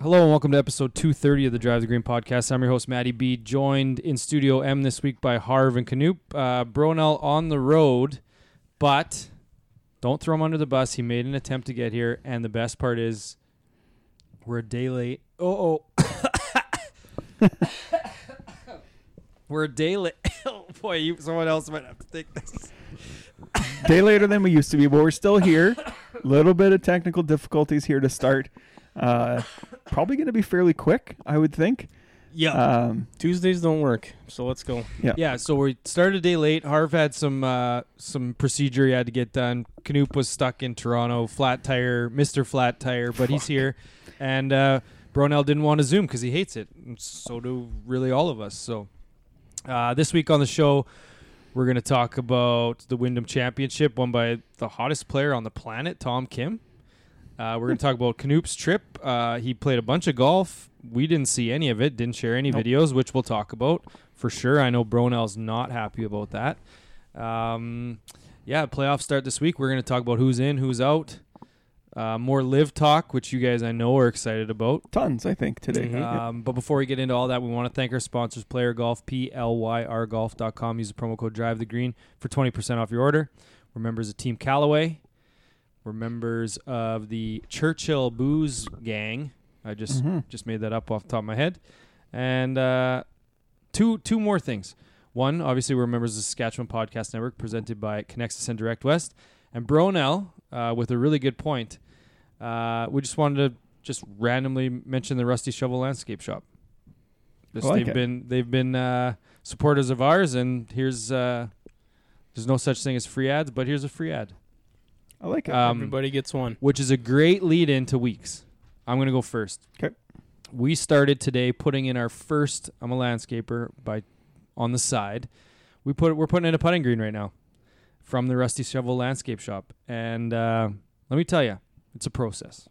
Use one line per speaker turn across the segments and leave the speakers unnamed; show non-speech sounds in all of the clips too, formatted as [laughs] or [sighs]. Hello and welcome to episode 230 of the Drive the Green podcast. I'm your host, Matty B, joined in Studio M this week by Harv and Canoop. Uh, Bronell on the road, but don't throw him under the bus. He made an attempt to get here, and the best part is we're a day late. Oh, oh. we're a day late. [laughs] Oh, boy, you, someone else might have to take this.
day later than we used to be, but we're still here. Little bit of technical difficulties here to start. Uh, probably going to be fairly quick, I would think.
Yeah.
Um,
Tuesdays don't work, so let's go.
Yeah, so we started a day late. Harv had some uh, some procedure he had to get done. Canoop was stuck in Toronto, flat tire, Mister Flat Tire, but he's here. And uh, Bronell didn't want to zoom because he hates it. And so do really all of us. So uh, this week on the show, we're gonna talk about the Wyndham Championship won by the hottest player on the planet, Tom Kim. Uh, we're gonna talk about Canoop's trip. Uh, he played a bunch of golf. We didn't see any of it. Didn't share any
Nope.
videos, which we'll talk about for sure. I know Bronell's not happy about that. Um, yeah, playoffs start this week. We're gonna talk about who's in, who's out. Uh, more live talk, which you guys I know are excited about.
Tons, I think, today.
Mhm.
Yeah.
Um, but before we get into all that, we want to thank our sponsors, Player Golf, P-L-Y-R-Golf.com. Use the promo code Drive the Green for 20% off your order. We're members of Team Callaway. We're members of the Churchill Booze Gang. I just
Mhm.
just made that up off the top of my head. And uh, two two more things. One, obviously, we're members of the Saskatchewan Podcast Network, presented by Connexus and Direct West. And Bronell, uh, with a really good point, uh, we just wanted to just randomly mention the Rusty Shovel Landscape Shop. Just
I like
they've
it.
been they've been uh, supporters of ours, and here's uh, there's no such thing as free ads, but here's a free ad,
I like it.
Um,
Everybody gets one.
which is a great lead into weeks. I'm gonna go first.
'Kay.
We started today putting in our first. I'm a landscaper by on the side. We put we're putting in a putting green right now from the Rusty Shovel Landscape Shop, and uh, let me tell you, it's a process.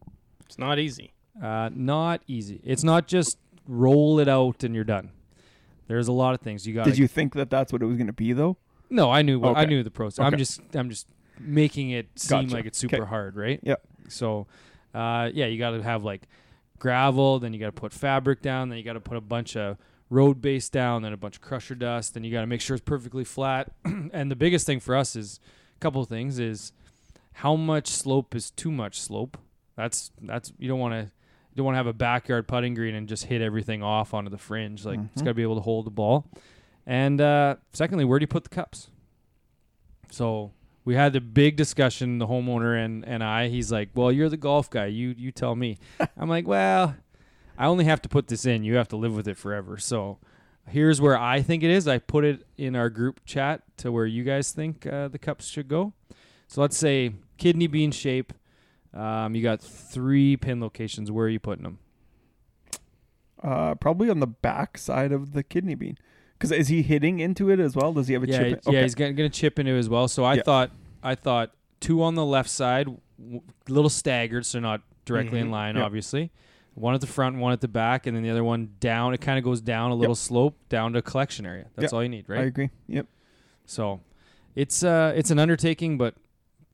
It's not easy.
Uh, not easy. It's not just roll it out and you're done. There's a lot of things you got.
Did you think that that's what it was going to be, though?
No, I knew. I
Okay.
knew the process. I'm
Okay.
just. I'm just making it seem
Gotcha.
like it's super
Okay.
hard, right?
Yep.
So, uh, yeah, you got to have like gravel. Then you got to put fabric down. Then you got to put a bunch of road base down. Then a bunch of crusher dust. Then you got to make sure it's perfectly flat. [clears throat] and the biggest thing for us is a couple of things: is how much slope is too much slope. That's that's you don't want to. You don't want to have a backyard putting green and just hit everything off onto the fringe. Like it's
Mhm.
got to be able to hold the ball. And uh, secondly, where do you put the cups? So we had the big discussion, the homeowner and, and I. He's like, Well, you're the golf guy. You you tell me. I'm like, Well, I only have to put this in. You have to live with it forever. So here's where I think it is. I put it in our group chat to where you guys think uh, the cups should go. So let's say kidney bean shape. Um, you got three pin locations. Where are you putting them?
Uh, probably on the back side of the kidney bean. Because is he hitting into it as well? Does he have a
yeah,
chip? in-
he- yeah, he's gonna, gonna chip into it as well. So I
Yeah.
thought, I thought two on the left side, w- little staggered, so not directly in
Mhm.
line,
Yep.
obviously. One at the front, one at the back, and then the other one down. It kind of goes down a little slope down to a collection area. That's
Yep.
all you need,
I
right?
agree. Yep.
so, it's uh, it's an undertaking, but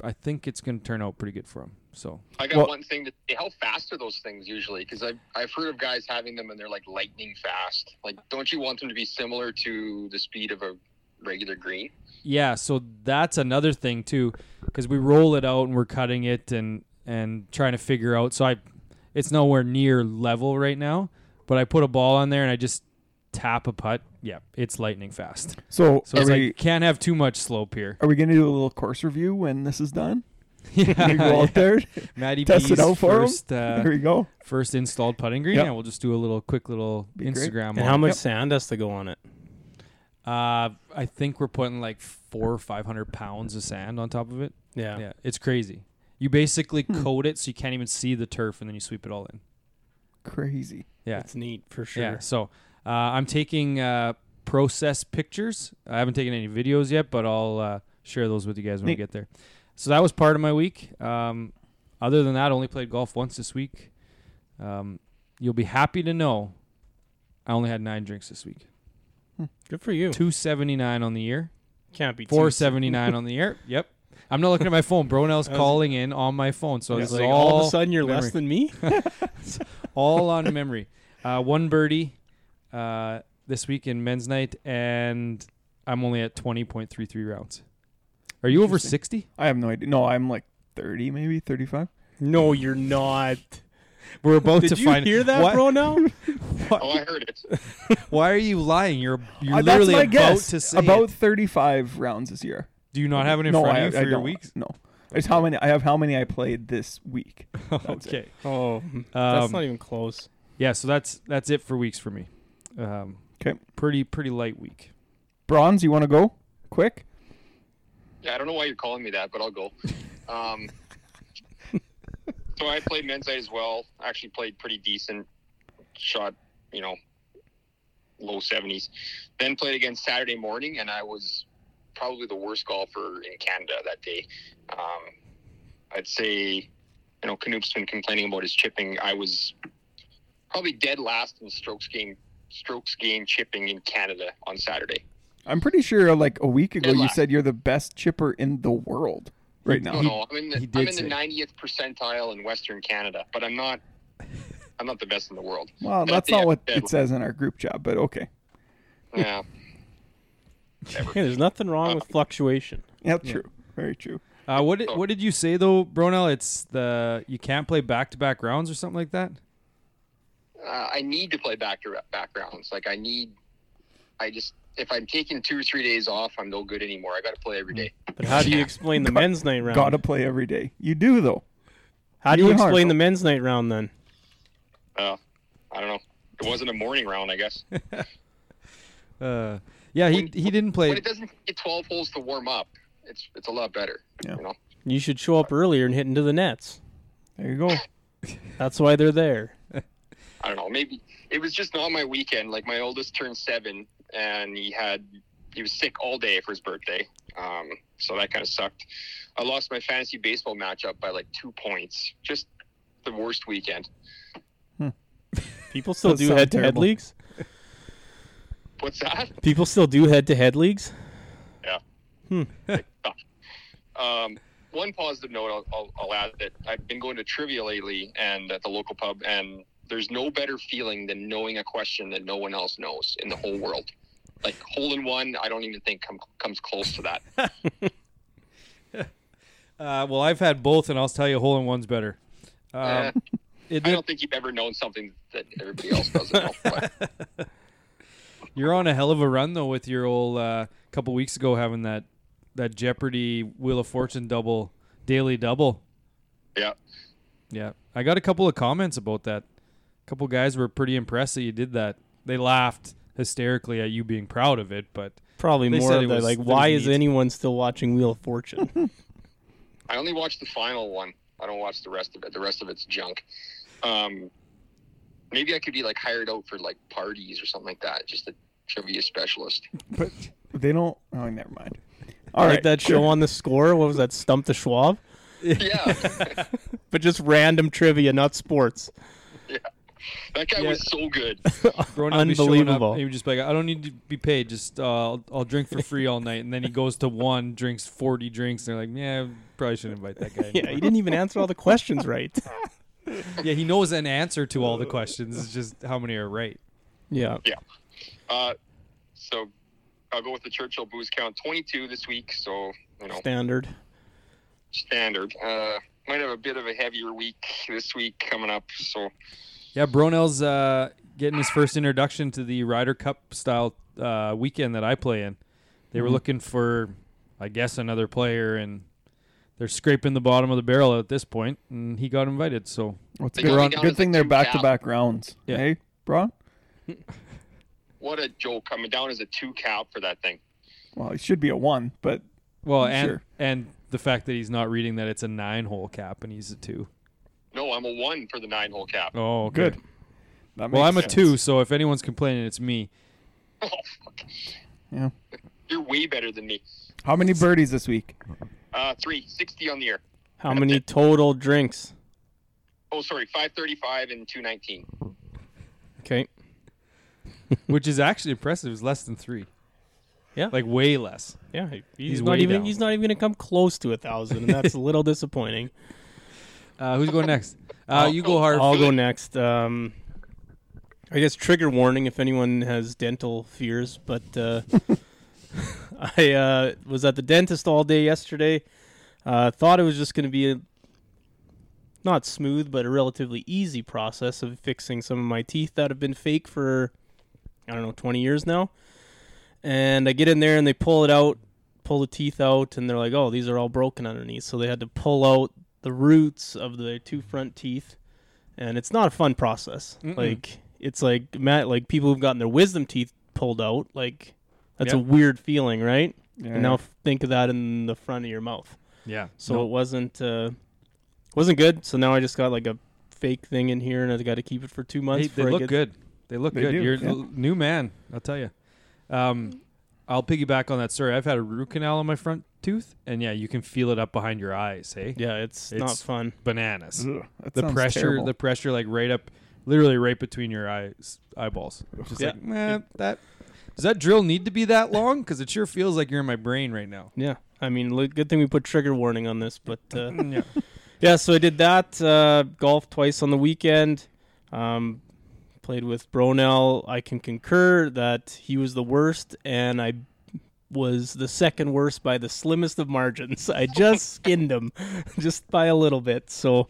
I think it's gonna turn out pretty good for him. So
I got
Well-
one thing to say. How fast are those things usually? Because I've, I've heard of guys having them and they're like lightning fast. Like, don't you want them to be similar to the speed of a regular green?
Yeah, so that's another thing too, because we roll it out and we're cutting it and and trying to figure out. So I, it's nowhere near level right now, but I put a ball on there and I just tap a putt. Yeah, it's lightning fast.
So,
So
are,
it's
we,
like can't have too much slope here. [laughs]
are we going to do a little course review when this is done?
yeah,
we
[laughs]
go out there.
Maddie
test it
B's
out for 'em?
first uh,
[laughs] there we go.
first installed putting green.
Yep.
Yeah, we'll just do a little quick little
Be great.
Instagram.
And
on
how
it.
much
Yep.
sand has to go on it?
Uh, I think we're putting like four or five hundred pounds of sand on top of it.
Yeah.
Yeah, it's crazy. You basically coat it so you can't even see the turf, and then you sweep it all in.
Crazy.
Yeah,
It's neat for sure.
yeah. So uh, I'm taking uh, process pictures. I haven't taken any videos yet, but I'll uh, share those with you guys when we
Neat.
get there. So that was part of my week. Um, other than that, I only played golf once this week. Um, you'll be happy to know I only had nine drinks this week.
Good for you.
Two seventy nine on the year.
Can't be too-
Four seventy nine on the year. Yep. I'm not looking at my phone. Bronell's
I was-
calling in on my phone, so
Yeah,
it's
like,
all, [laughs]
all of a sudden you're
memory.
less than me.
all on memory. Uh, one birdie uh, this week in men's night, and I'm only at 20.33 rounds. Are you over 60?
I have no idea. No, I'm like 30, maybe 35.
No, you're not.
[laughs] We're about
Did
to
you
find.
hear that,
why,
bro?
[laughs]
Now
Oh, I heard it.
Why are you lying? You're you're
Uh,
literally
that's my
about
guess.
to say
about
it.
35 rounds this year.
Do you not have it in
no,
front
I,
of you for
I
your
don't.
weeks?
No, it's how many I have. How many I played this
[laughs]
week? That's it.
okay.
Oh,
Um,
that's not even close.
Yeah, so that's that's it for weeks for me. Um,
'Kay.
Pretty pretty light week.
Bronze, you want to go quick?
Yeah, I don't know why you're calling me that, but I'll go. Um, so I played men's night as well. Actually, played pretty decent. Shot, you know, low seventies. Then played again Saturday morning, and I was probably the worst golfer in Canada that day. Um, I'd say, you know, Canoop's been complaining about his chipping. I was probably dead last in strokes game strokes gain chipping in Canada on Saturday.
I'm pretty sure like a week ago
Good
you
luck.
said you're the best chipper in the world right now.
No, no, I'm in the
he
I'm
did say-
in the 90th percentile in Western Canada, but I'm not I'm not the best in the world.
Well,
And
that's
at the
not what
end-
it says in our group chat, but okay.
Yeah,
Yeah, there's nothing wrong with fluctuation.
Yeah, true. Very true.
Uh, what
Oh.
did, what did you say though, Bronell? It's the you can't play back to back rounds or something like that.
uh, I need to play back to backgrounds. Like I need, I just if I'm taking two or three days off, I'm no good anymore. I got to play every day.
Hmm.
But how do you
[laughs]
explain the men's night round?
Gotta play every day. You do though.
how do
you
you
and Harv.
explain the men's night round then?
Uh, I don't know. It wasn't a morning round, I
[laughs]
guess.
Uh, yeah, he
When-
he didn't
But
play.
it doesn't get 12 holes to warm up. It's it's a lot better.
Yeah.
You know.
You should show up earlier and hit into the nets.
There you go.
That's why they're there.
[laughs]
I don't know. Maybe it was just not my weekend. Like my oldest turned seven, and he had he was sick all day for his birthday. Um, so that kind of sucked. I lost my fantasy baseball matchup by like two points. Just the worst weekend.
People still
That
do
sounds
head to head
terrible.
leagues.
What's that?
People still do head to head leagues.
Um, one positive note I'll, I'll, I'll add that I've been going to trivia lately and at the local pub, and there's no better feeling than knowing a question that no one else knows in the whole world. Like hole in one, I don't even think come, comes close to that.
Uh, well, I've had both, and I'll tell you, hole in one's better. Um,
Eh,
[laughs] it-
I don't think you've ever known something that everybody else doesn't know.
[laughs]
But
you're on a hell of a run though with your old uh, couple weeks ago having that that Jeopardy Wheel of Fortune double daily double.
yeah,
Yeah, I got a couple of comments about that. A couple guys were pretty impressed that you did that. They laughed hysterically at you being proud of it, but
Probably
They
more
said
of
it
the
was-
like,
it was
why is
neat.
anyone still watching Wheel of [laughs] Fortune?
I only watched the final one. I don't watch the rest of it. The rest of it's junk. Um, maybe I could be like hired out for like parties or something like that. Just a trivia specialist.
[laughs]
But they don't oh never mind. All
like
right,
that
sure.
show on the score. What was that? Stump the Schwab.
Yeah. [laughs]
But just random trivia, not sports.
That guy
Yeah.
was so good.
Brown would be showing up,
Unbelievable.
and he would just be like, "I don't need to be paid. Just uh, I'll, I'll drink for free all night." And then he goes to one, drinks forty drinks, and they're like, "Yeah, probably shouldn't invite that guy."
[laughs] Yeah, he didn't even answer all the questions right.
yeah, he knows an answer to all the questions. It's just how many are right.
[laughs] Yeah.
Uh, so I'll go with the Churchill booze count 22 this week. So, you know,
Standard.
standard. Uh, might have a bit of a heavier week this week coming up. So,
Yeah, Bronell's uh, getting his first introduction to the Ryder Cup style uh, weekend that I play in. They
Mm-hmm.
were looking for, I guess, another player, and they're scraping the bottom of the barrel at this point, and he got invited. So
Well, it's
They
good,
got me
round-
down
good
as
thing
the
they're
two
back to
count.
back rounds.
Yeah.
Hey, Bron?
what a joke. Coming down as a two cap for that thing.
Well, it should be a one, but
Well, and
Sure.
and the fact that he's not reading that it's a nine hole cap and he's a two.
No, I'm a one for the nine hole cap.
Oh,
good. That
Well,
makes
I'm a
sense.
two, so if anyone's complaining, it's me.
[laughs] Oh, fuck.
Yeah.
You're way better than me.
How many birdies this week?
Uh, three, 60 on the year.
How many total drinks?
Oh, sorry, 535 and 219.
Okay.
Which is actually impressive. It's less than three.
Yeah.
like way less.
Yeah, he- he's,
He's
not
way
even
down.
he's not even gonna come close to a thousand, and that's a little disappointing.
[laughs] Uh, who's going next? Uh, you go hard.
I'll go next. Um, I guess trigger warning if anyone has dental fears, but uh, [laughs] I uh, was at the dentist all day yesterday. Uh, thought it was just going to be a not smooth, but a relatively easy process of fixing some of my teeth that have been fake for I don't know twenty years now. And I get in there and they pull it out, pull the teeth out, and they're like, "Oh, these are all broken underneath." So they had to pull out the roots of the two front teeth and it's not a fun process. Like it's like Matt, like people who've gotten their wisdom teeth pulled out, like that's a
Yep.
weird feeling, right?
Yeah.
And now f- think of that in the front of your mouth.
Yeah.
So it wasn't uh, wasn't good. So now I just got like a fake thing in here, and I got to keep it for two
Hey,
months.
they
before I
look
get-
good. They look
They
good.
do,
You're
yeah.
a l- new man, I'll tell you. Um, I'll piggyback on that story. I've had a root canal on my front tooth, and yeah, you can feel it up behind your eyes. Hey,
Yeah, it's, not
It's-
fun.
bananas.
Ugh, that
the
sounds
pressure,
terrible.
the pressure, like right up, literally right between your eyes, eyeballs. Just
Yeah.
like, man, that does that drill need to be that long? Because it sure feels like you're in my brain right now.
Yeah, I mean, li- good thing we put trigger warning on this, but uh, yeah, So I did that uh, golf twice on the weekend. Um, played with Bronell. I can concur that he was the worst, and I was the second worst by the slimmest of margins. [laughs] I just skinned him, [laughs] just by a little bit. So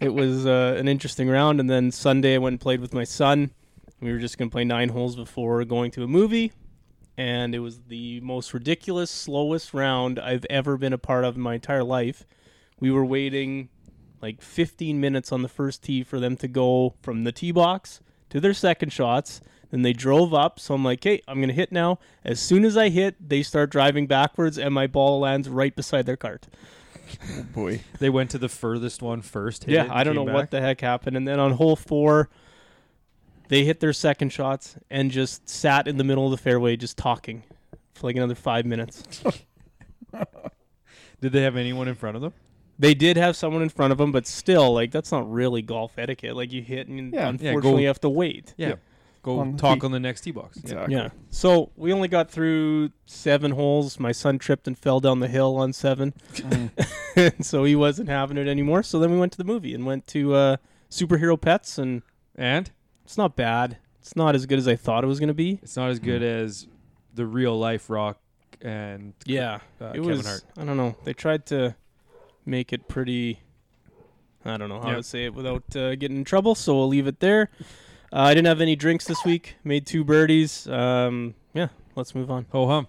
it was uh, an interesting round. And then Sunday, I went and played with my son. We were just going to play nine holes before going to a movie and it was the most ridiculous, slowest round I've ever been a part of in my entire life. We were waiting like 15 minutes on the first tee for them to go from the tee box to their second shots. Then they drove up, so I'm like, "Hey, I'm gonna hit now." As soon as I hit, they start driving backwards, and my ball lands right beside their cart.
boy.
[laughs] They went to the furthest one first. Hit
Yeah,
it,
I don't know
came
what
back.
the heck happened. And then on hole four, they hit their second shots and just sat in the middle of the fairway, just talking for like another five minutes.
Did they have anyone in front of them?
They did have someone in front of them, but still, like that's not really golf etiquette. Like you hit, and
Yeah. Yeah,
unfortunately,
go-
you have to wait.
Yeah.
Yeah.
Go
On the
talk
tee.
on the next tee box. Yeah.
Exactly.
Yeah. So we only got through seven holes. My son tripped and fell down the hill on seven, and [laughs] so he wasn't having it anymore. So then we went to the movie and went to uh, Superhero Pets, and
And
it's not bad. It's not as good as I thought it was going to be.
it's not as good
Mm.
as the real life rock and
Yeah,
uh,
it
Kevin
was.
Hart.
I don't know. They tried to make it pretty. I don't know how
Yep.
to say it without uh, getting in trouble, so we'll leave it there. Uh, I didn't have any drinks this week. Made two birdies. Um, yeah, let's move on.
Ho hum.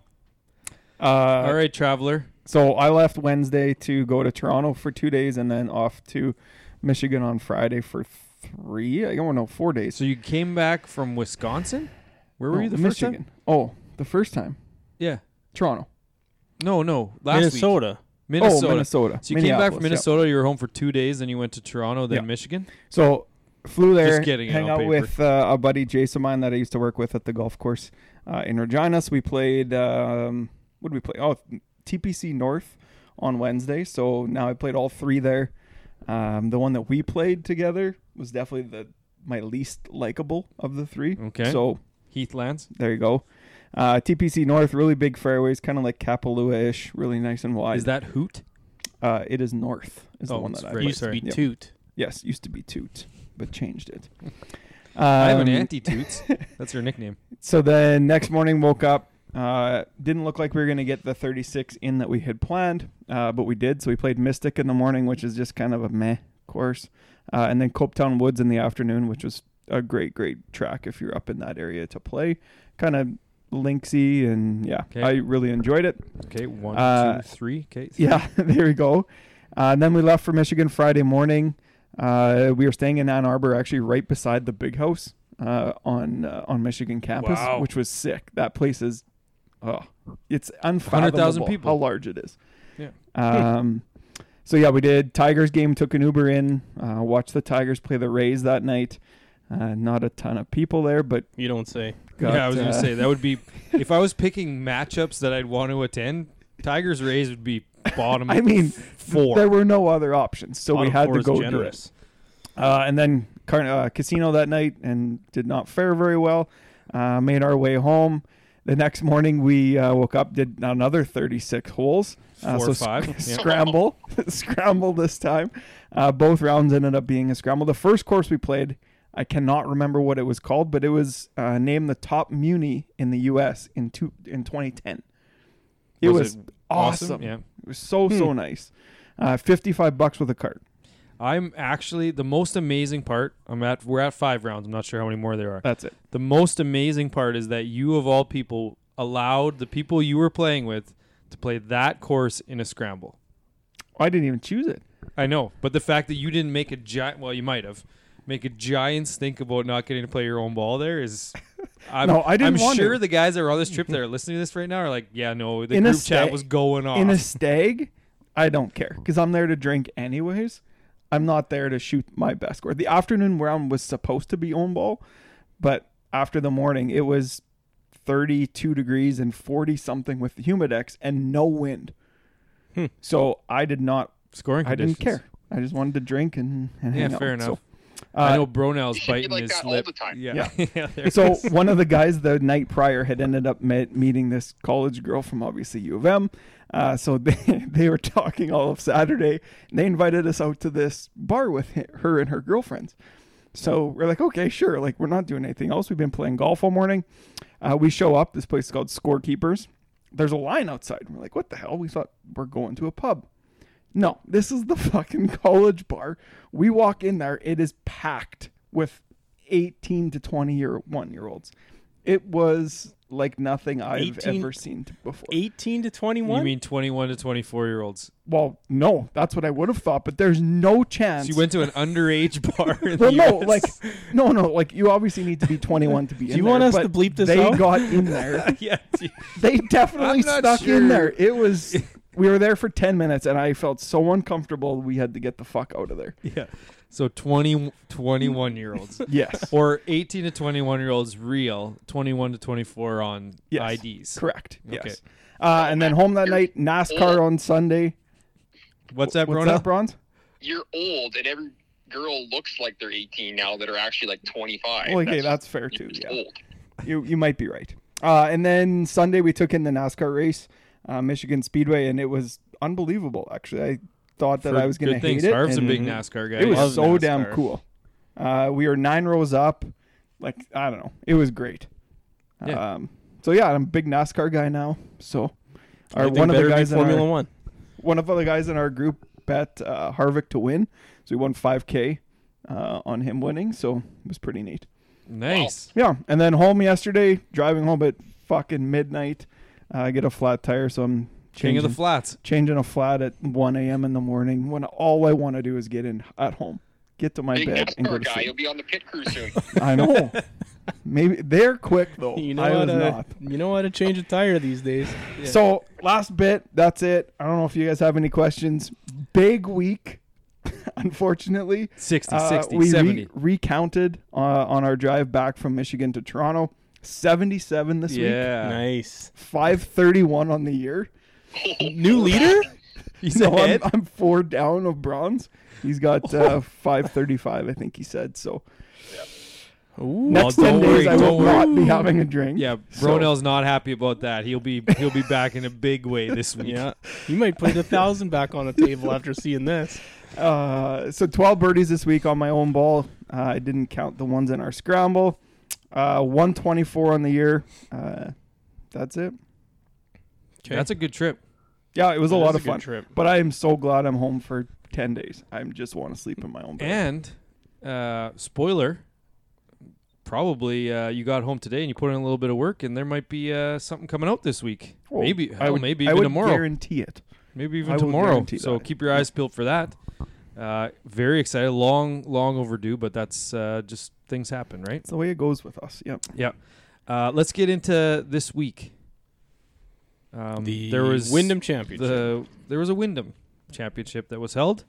Uh, All
All
right.
right, traveler.
So I left Wednesday to go to Toronto for two days, and then off to Michigan on Friday for three. I don't know, four days.
So you came back from Wisconsin? Where were
No,
you the first
Michigan.
time?
Oh, the first time.
Yeah.
Toronto.
No, no. Last week.
Minnesota.
Minnesota.
Oh, Minnesota.
So you came back from
Minneapolis, yeah.
Minnesota. You were home for two days, then you went to Toronto, then
Yeah.
Michigan.
So flew there,
Just getting it
hang
on
out
paper.
with uh, a buddy Jason of mine that I used to work with at the golf course uh, in Regina. So we played. Um, what did we play? Oh, TPC North on Wednesday. So now I played all three there. Um, the one that we played together was definitely the my least likable of the three.
Okay.
So
Heathlands.
there you go. Uh, TPC North, really big fairways, kind of like Kapalua ish, really nice and wide.
Is that Hoot?
uh, it is North is
Oh,
the one
it's
that I
right.
played.
Used to
sorry.
be
Yep.
Toot.
Yes, used to be Toot, but changed it.
[laughs] I have an
Um,
anti
[laughs]
Toots. That's her nickname.
So then next morning, woke up. Uh, didn't look like we were going to get the 36 in that we had planned, uh, but we did. So we played Mystic in the morning, which is just kind of a meh course. Uh, and then Copetown Woods in the afternoon, which was a great, great track if you're up in that area to play. Kind of linksy, and yeah,
'Kay.
I really enjoyed it.
Okay, one,
Uh,
two, three. Okay.
Yeah, [laughs] there we go. Uh, and then we left for Michigan Friday morning. Uh, we were staying in Ann Arbor, actually right beside the big house uh, on uh, on Michigan campus,
Wow.
which was sick. That place is, oh, it's unfathomable
100,000 people.
how large it is.
Yeah.
Um, so yeah, we did Tigers game. Took an Uber in, uh, watched the Tigers play the Rays that night. Uh, not a ton of people there, but
You don't say.
got,
yeah, I was
uh,
gonna say that
[laughs]
would be if I was picking matchups that I'd want to attend. Tigers Rays would be bottom.
I mean,
four.
There were no other options, so we
Bottom
had
four
to
is
go do it.
generous.
Uh, and then car- uh, casino that night and did not fare very well. Uh, made our way home. The next morning we uh, woke up, did another 36 holes. Uh,
Four
so
or
[laughs]
five, yeah.
Scramble. scramble this time. Uh, both rounds ended up being a scramble. The first course we played, I cannot remember what it was called, but it was uh, named the top Muni in the U.S. in, two, in 2010. It was,
Was it
awesome.
Yeah. Hmm.
It was so, so nice. Uh, 55 bucks with a cart.
I'm actually the most amazing part. I'm at we're at five rounds. I'm not sure how many more there are.
That's it.
the most amazing part is that you of all people allowed the people you were playing with to play that course in a scramble.
I didn't even choose it.
I know, but the fact that you didn't make a giant well, you might have make a giant stink about not getting to play your own ball there
[laughs]
is. I'm,
No, I didn't
I'm
want
sure
to.
the guys that were on this trip that
[laughs]
are listening to this right now are like, yeah, no, the
In a
group chat
sta-
was going on.
In a stag, I don't care
Mm.
because I'm there to drink anyways. I'm not there to shoot my best score. The afternoon round was supposed to be on ball, but after the morning, it was 32 degrees and 40 something with the Humidex and no wind. So I did not.
Scoring
I
Hmm. conditions.
didn't care. I just wanted to drink and, and
Yeah,
hang out.
fair enough.
So,
I
uh,
know Bronell's
should be
biting
like
his
that all
lip.
the time.
Yeah, [laughs] yeah. there-
so one of the guys the night prior had ended up met, meeting this college girl from obviously U of M. Uh, so [laughs] they, they were talking all of Saturday. And they invited us out to this bar with h- her and her girlfriends. So we're like, okay, sure. Like we're not doing anything else. We've been playing golf all morning. Uh, we show up. This place is called Scorekeepers. There's a line outside. We're like, what the hell? We thought we're going to a pub. No, this is the [laughs] fucking college bar. We walk in there, it is packed with 18 to 20 year one year olds. It was like nothing I've
18
ever seen t- before.
18 to
you
21.
mean 21 to 24 year olds?
Well, no, that's what I would have thought, but there's no chance.
So you went to an underage
[laughs]
bar. In
well,
the
no,
US.
like, no, no, like, you obviously need to be 21
[laughs]
to be in
you
there,
want us
but
to bleep this
They
out?
got in
[laughs]
there.
[laughs] yeah, dude.
They definitely
I'm not
stuck in
sure.
there. It was,
[laughs]
we were there for 10 minutes, and I felt so uncomfortable we had to get the fuck out
[laughs]
of there.
yeah. So 20, 21 year olds
[laughs] Yes.
or 18 to 21 year olds real, 21 to 24 on
Yes.
IDs.
Correct.
Okay.
Yes. Uh, and then home that night, NASCAR on Sunday.
What's that,
What's
Bruno?
that, Bronze?
You're old, and every girl looks like they're 18 now that are actually like 25.
Well, okay, that's fair too.
it's [laughs]
Yeah,
old.
you you might be right. Uh, and then Sunday we took in the NASCAR race, uh, Michigan Speedway, and it was unbelievable. Actually, I thought that
For
I was going to
good
hate
things.
it.
Harv's a
and
big NASCAR guy.
It was
Love
so damn
NASCAR.
cool. Uh, we were nine rows up. Like I don't know, it was great.
Yeah.
Um, so yeah, I'm a big NASCAR guy now. So, or
Anything
one of the
better than
guys in
Formula
our,
One.
one of the guys in our group bet uh, Harvick to win, so we won 5K uh, on him winning. So it was pretty neat.
nice.
Yeah, and then home yesterday, driving home at fucking midnight. Uh, I get a flat tire, so I'm
King
changing
of the flats.
changing a flat at 1 a.m. in the morning when all I want to do is get in at home, get to my
Big
bed, and go
NASCAR
to
guy. You'll
sleep.
be on the pit
[laughs]
crew soon.
I
[laughs]
know. Maybe they're quick though.
You know uh,
I
how
was
to
not.
you know how to change a tire
[laughs]
these days.
So last bit, that's it. I don't know if you guys have any questions. Big week, [laughs] unfortunately.
60,
Uh,
60,
we re-
70.
recounted uh, on our drive back from Michigan to Toronto. 77 this week,
yeah.
Nice.
531 on the year.
New leader?
[laughs]
He's
So I'm,
ahead.
I'm four down of bronze. He's got
[laughs]
uh, 535, I think he said. So
Ooh.
next
Well,
10
don't
days,
worry,
I will
don't worry.
not be having a drink.
yeah,
[laughs] So-
Bronell's not happy about that. He'll be he'll be back in a big way
[laughs]
this week.
Yeah. You might put a thousand back on the table after seeing this.
Uh, so 12 birdies this week on my own ball. Uh, I didn't count the ones in our scramble. Uh, 124 on the year. Uh, that's it.
That's a good trip.
Yeah, it was a
That
lot
is
of
good
fun.
trip.
But I am so glad I'm home for 10 days. I just want to sleep in my own bed.
And uh, spoiler, probably uh, you got home today and you put in a little bit of work, and there might be uh, something coming out this week.
Well,
maybe,
I
hell,
would-
maybe
I
even
would
tomorrow,
guarantee it.
maybe even
I will
tomorrow.
guarantee
So
that.
keep your eyes peeled for that. Uh, very excited, long, long overdue, but that's uh, just things happen, right?
It's the way it goes with us. Yep.
Yeah. Uh, let's get into this week. Um,
The
there was
Wyndham Championship.
the there was a Wyndham championship that was held,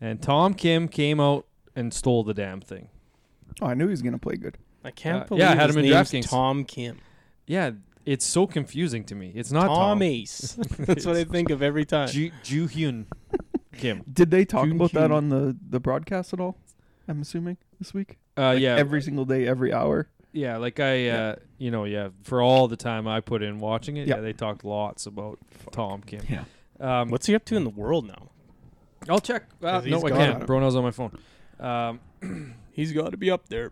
and Tom Kim came out and stole the damn thing.
Oh, I knew he was going to play good.
I can't
Uh,
believe
yeah, I had
his
him in
name's
DraftKings.
Tom Kim.
Yeah, it's so confusing to me. It's not
Tom
Tom, [laughs]
Ace. That's what I think of every time.
Ju Ju Hyun Kim.
Did they talk
Jun
about that
Hyun.
on the, the broadcast at all? I'm assuming this week?
Uh, yeah,
Every single day, every hour.
yeah, like I, uh, you know, yeah, for all the time I put in watching it,
Yep.
yeah, they talked lots about Tom Kim.
Yeah.
Um,
What's he up to in the world now?
I'll check. Uh,
'Cause
no,
he's
I
gone.
can't. Bruno's on my phone. Um,
He's got to be up there.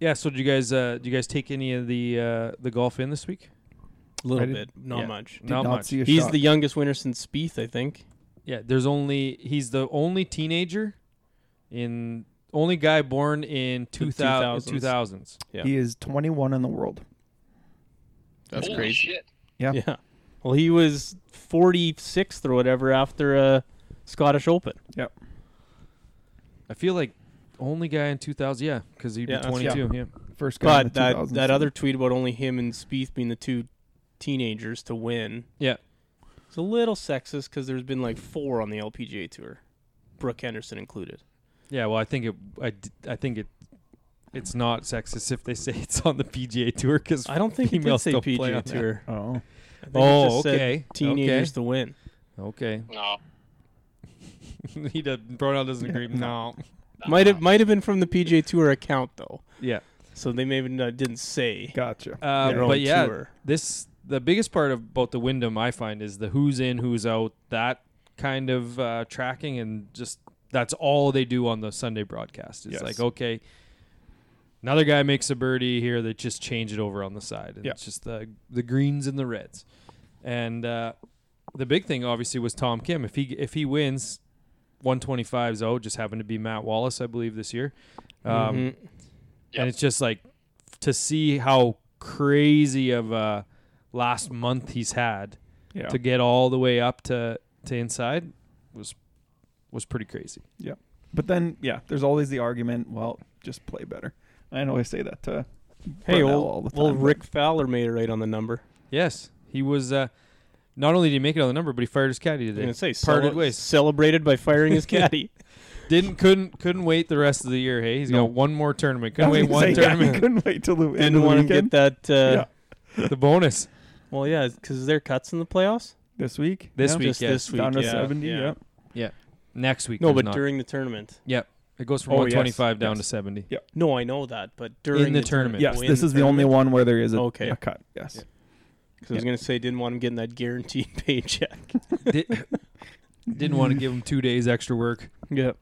yeah. So, do you guys, uh, do you guys take any of the uh, the golf in this week?
A little
I
bit,
didn't-
not
yeah.
much.
Did
Not
not
much.
see a
He's
shot.
the youngest winner since Spieth, I think.
Yeah, there's only he's the only teenager in only guy born in 2000
2000s.
2000s.
yeah.
He is 21 in the world.
That's
Holy
crazy.
shit.
Yeah.
Yeah. Well, he was 46th or whatever after a Scottish Open.
I feel like only guy in 2000, yeah, cuz he'd
Yeah,
be
that's-
22, yeah.
First guy in
But
the
that
2000s.
that other tweet about only him and Spieth being the two teenagers to win.
Yeah.
It's a little sexist because there's been like four on the LPGA tour, Brooke Henderson included.
Yeah, well, I think it I, d- I think it it's not sexist if they say [laughs] it's on the PGA tour cuz
I don't think he did
Females
say
don't play
PGA
on that.
tour.
Oh,
I think it
Oh,
just said
okay.
Teenagers to win.
Okay. [laughs]
No.
okay. he doesn't Bronell doesn't agree. No.
Might have might have been from the PGA tour account though,
Yeah.
so they maybe not, uh, didn't say.
gotcha.
Uh,
Their own
but yeah,
tour.
this the biggest part about the Wyndham I find is the who's in, who's out, that kind of uh, tracking, and just that's all they do on the Sunday broadcast. It's
Yes.
like okay, another guy makes a birdie here, they just change it over on the side, and
Yeah.
it's just the the greens and the reds, and uh, the big thing obviously was Tom Kim. If he if he wins, one twenty five is out. Just happened to be Matt Wallace, I believe, this year. Um,
Mm-hmm.
Mhm.
and it's just like to see how crazy of a last month he's had
Yeah.
to get all the way up to to inside was was pretty crazy.
But then, yeah, there's always the argument. Well, just play better. I know I say that to
Hey,
Burnell
old,
all the
old
time, but-
Rick Fowler made it right on the number.
Yes, he was. Uh, not only did he make it on the number, but he fired his caddy
I'm gonna
today.
say
Parted
cele-
ways.
celebrated by firing [laughs] his caddy.
Didn't couldn't couldn't wait the rest of the year. Hey, he's
No.
got one more tournament.
[laughs] I
Couldn't
was
wait
gonna
one
say, yeah, we
tournament.
couldn't wait till the end
Didn't
of the
want to get
weekend.
that. Uh,
Yeah.
the bonus
Well, yeah, because there are cuts in the playoffs
This week.
this
yeah.
week.
Just
yeah.
this week.
down to
yeah,
70.
yeah.
Yeah.
Next week.
No,
there's
but
not.
during the tournament.
Yep. It goes from
Oh, yes,
125 down to
yes.
70.
No, I know that, but during
the tournament.
Yes,
Oh, in
this is the only
tournament?
one where there is a,
Okay.
a cut. Yes.
Yeah.
'Cause I was gonna say didn't want him getting that guaranteed [laughs] paycheck.
Did, [laughs] didn't want to give him two days extra work.
Yep.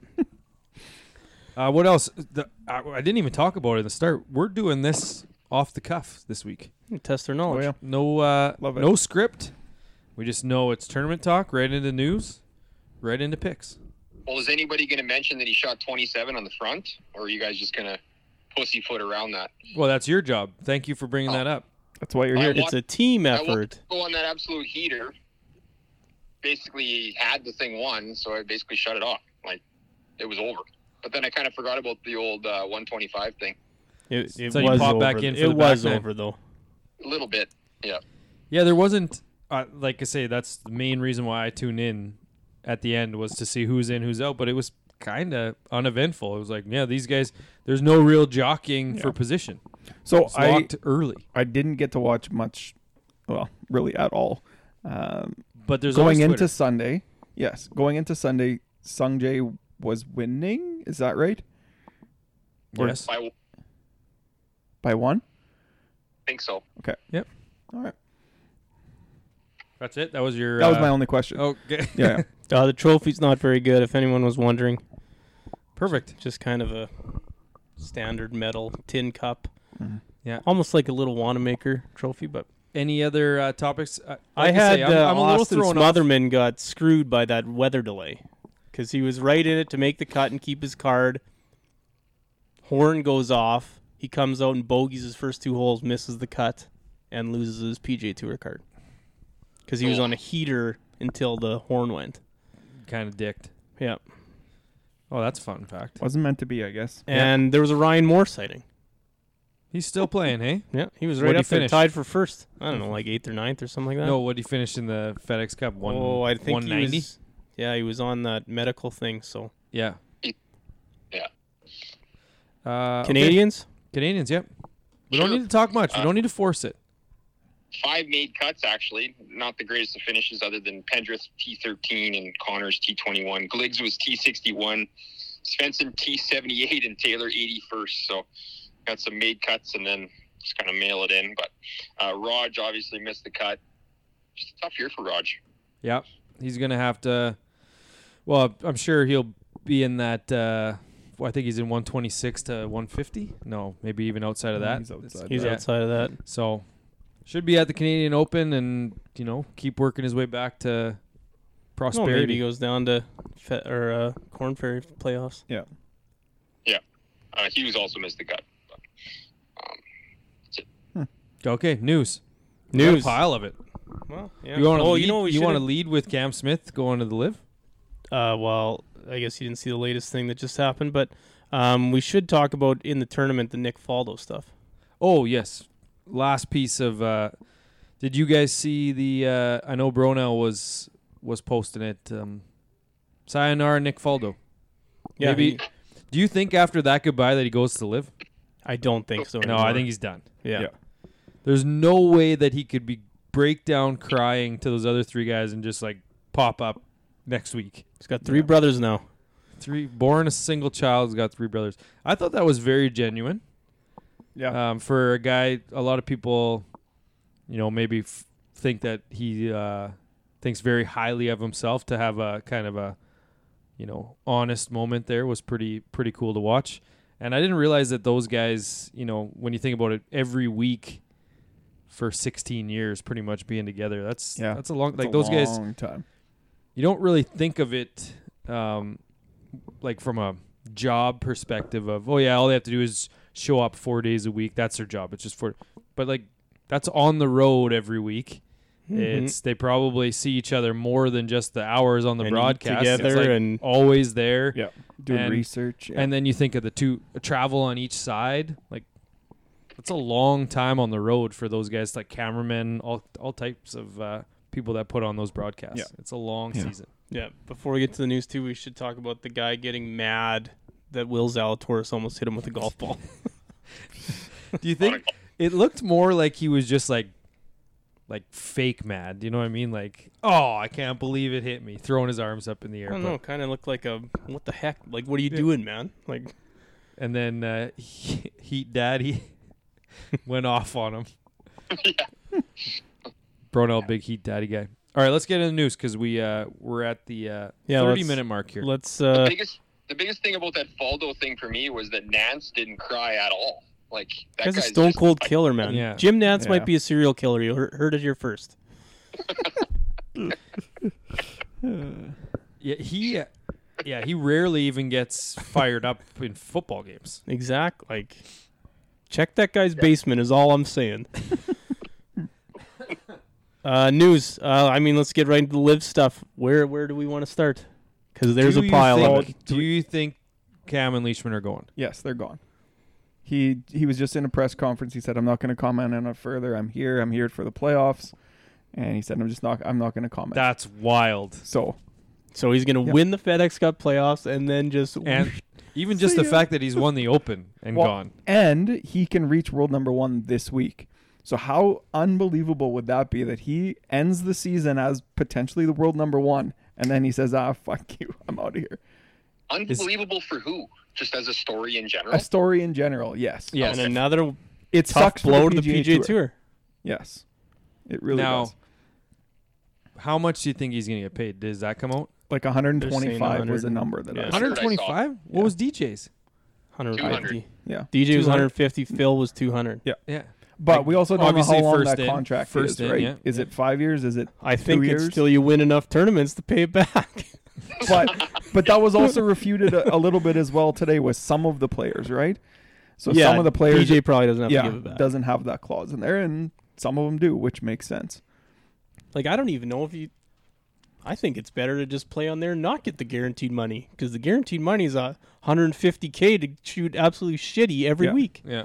Uh, what else? The, I, I didn't even talk about it at the start. We're doing this off the cuff this week.
Test their
Oh,
knowledge.
yeah.
No, uh,
Love it.
no script. We just know it's tournament talk. Right into news. Right into picks.
Well, is anybody going to mention that he shot 27 on the front, or are you guys just going to pussyfoot around that?
Well, that's your job. Thank you for bringing
Oh.
that up.
That's why you're here.
I
It's
want-
a team
I wa-
effort.
Go on that absolute heater. Basically, had the thing won, so I basically shut it off. Like it was over. But then I kind of forgot about the old uh, 125 thing.
It, it
So you
was
pop
over.
back in for the
it
back
was
nine.
over though.
A little bit. Yeah.
Yeah, there wasn't. Uh, like I say, that's the main reason why I tune in at the end was to see who's in, who's out. But it was kind of uneventful. It was like, yeah, these guys. There's no real jockeying for position.
So
It's
I,
locked early.
I didn't get to watch much, well, really at all. Um,
But there's always
going into
Twitter.
Sunday, yes, going into Sunday, Sungjae was winning. Is that right? or-
yes.
I
By one.
think so.
All right.
That's it. That was your.
That was
uh,
my only question.
[laughs]
Okay.
Yeah.
[laughs]
yeah.
Uh, the trophy's not very good. If anyone was wondering,
Perfect.
just kind of a standard metal tin cup.
Mhm.
Yeah.
almost like a little Wanamaker trophy, but
Any other uh, topics? Uh,
I
like
had
say, I'm,
uh,
I'm a little
Austin
thrown off.
Smotherman got screwed by that weather delay because he was right in it to make the cut and keep his card. Horn goes off. He comes out and bogeys his first two holes, misses the cut, and loses his PJ Tour card because he was on a heater until the horn went.
Kind of dicked.
Yeah,
Oh, that's a fun fact.
Wasn't meant to be, I guess.
and there was a Ryan Moore sighting.
He's still playing, hey?
Yeah, he was
What'd
right
he
up there,
finish?
tied for first. I don't know, like eighth or ninth or something like
Mm-hmm.
that.
No, what he finished in the FedEx Cup? One, Oh,
oh, I think he
190?
was. Yeah, he was on that medical thing. So
Yeah.
Yeah.
Uh, okay.
Canadians,
Canadians, yep. We don't
Sure.
need to talk much. we
Uh,
don't need to force it.
Five made cuts, actually. Not the greatest of finishes, other than Pendrith T13 and Connors T21. Gliggs was T61, Svensson T78, and Taylor 81st. So got some made cuts and then just kind of mail it in. But uh, Raj obviously missed the cut. Just a tough year for Raj.
Yep. He's going to have to. Well, I'm sure he'll be in that. Uh, well, I think he's in 126 to 150. No, maybe even outside of that.
He's outside
He's
Yeah.
outside of that.
So should be at the Canadian Open and, you know, keep working his way back to
No, maybe
prosperity.
he goes down to fe- or uh, Corn Ferry playoffs.
Yeah.
Uh, Hughes also missed the cut.
okay, news.
News.
Got a pile of it.
Well, yeah.
You want to
oh,
lead,
you know what we
you want to
should've-
lead with Cam Smith going to the live?
uh, well, I guess you didn't see the latest thing that just happened, but um, we should talk about in the tournament the Nick Faldo stuff.
Oh, yes. Last piece of uh did you guys see the uh I know Bronell was was posting it um Sayonara Nick Faldo.
Yeah,
Maybe
he-
do you think after that goodbye that he goes to live?
I don't think so.
No, I think he's done.
yeah.
yeah.
There's no way that he could be break down crying to those other three guys and just like pop up next week.
He's got three brothers now.
Three born a single child, has got three brothers. I thought that was very genuine
Yeah.
um, for a guy. A lot of people, you know, maybe f- think that he uh, thinks very highly of himself. To have a kind of a, you know, honest moment there was pretty pretty cool to watch. And I didn't realize that those guys, you know, when you think about it, every week for 16 years, pretty much being together. That's
Yeah.
that's a long
It's
like
a
those guys
long time.
you don't really think of it um, like from a job perspective of oh yeah all they have to do is show up four days a week that's their job it's just four but like that's on the road every week it's they probably see each other more than just the hours on the
And
broadcast It's,
together
like,
and-
always there
Yeah. Doing
And-
research. Yeah.
and then you think of the two uh, travel on each side like that's a long time on the road for those guys like cameramen all all types of uh, people that put on those broadcasts
Yeah.
it's a long
Yeah.
season
Yeah. Before we get to the news too, we should talk about the guy getting mad that Will Zalatoris almost hit him with a golf ball.
Do you think it looked more like he was just like like fake mad? Do you know what I mean? Like, oh, I can't believe it hit me, throwing his arms up in the
[laughs] I
air.
don't
but-
know. Kind of looked like a what the heck? Like what are you doing, man? Like
And then uh, [laughs] he, [laughs] Heat Daddy went off on him. Bronell, big Heat Daddy guy. All right, let's get into the news because we uh, we're at the uh,
Yeah,
thirty
let's-
minute mark here.
let's.
The
uh
biggest the biggest thing about that Faldo thing for me was that Nance didn't cry at all. Like that
Guy's a
guy's
stone
just-
cold
like,
killer, man.
Yeah.
Jim Nance
Yeah.
might be a serial killer. You heard, heard it here first.
Yeah, he uh, yeah he rarely even gets fired up in football games.
Exact. Like, check that guy's basement is all I'm
[laughs]
saying. uh, news. Uh, I mean, let's get right into the live stuff. Where where do we want to start? Because there's
Do
a
you
pile of it.
think- Do you think Cam and Leishman are going?
Yes, they're gone. He he was just in a press conference. He said, "I'm not going to comment on it further. I'm here. I'm here for the playoffs." And he said, "I'm just not. I'm not going to comment."
That's wild.
so
So he's gonna
Yeah.
win the FedEx Cup playoffs and then just [laughs]
and even just
See
the
ya.
fact that he's won the Open and
Well,
gone.
And he can reach world number one this week. So how unbelievable would that be that he ends the season as potentially the world number one, and then he says, "Ah, fuck you. [laughs] I'm out of here."
Unbelievable for who? Just as a story in general.
A story in general, yes.
Yes.
and another
it
tough
sucks
blow
for
to the PGA Tour.
Yes, it really
Now-
does.
How much do you think he's going to get paid? Does that come out?
Like
They're
125
saying
was a
100.
number that
Yeah.
I saw.
125? What was DJ's?
150.
yeah.
DJ
200.
was 150. Phil was 200.
Yeah.
Yeah.
But
Like,
we also don't know how
obviously
long
first
that
in,
contract
first
is,
in,
right?
yeah.
Is it five years? Is it? [laughs]
I think
two
it's
years?
till you win enough tournaments to pay it back.
But but that was also refuted a, a little bit as well today with some of the players, right? So some of the players,
DJ probably doesn't have to
yeah,
give it back.
doesn't have that clause in there, and some of them do, which makes sense.
Like I don't even know if you. I think it's better to just play on there and not get the guaranteed money because the guaranteed money is a 150k to shoot absolutely shitty every
Yeah.
week.
Yeah.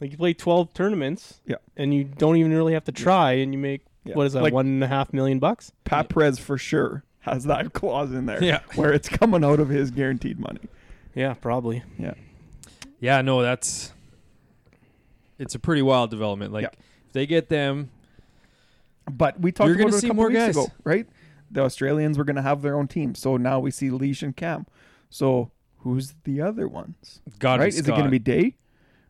Like you play 12 tournaments,
Yeah.
and you don't even really have to try, and you make
Yeah.
what is that
Like-
one and a half million bucks?
Pat Perez for sure has that [laughs] clause in there,
Yeah.
where it's coming out of his guaranteed money.
Yeah, probably.
Yeah,
Yeah, no, that's it's a pretty wild development. Like
Yeah.
if they get them,
but we talked
You're gonna
about it a
see
couple
more
weeks
guys.
ago, right? The Australians were going to have their own team, so now we see Leash and Cam. So who's the other ones?
God
right? Is it going to be Day?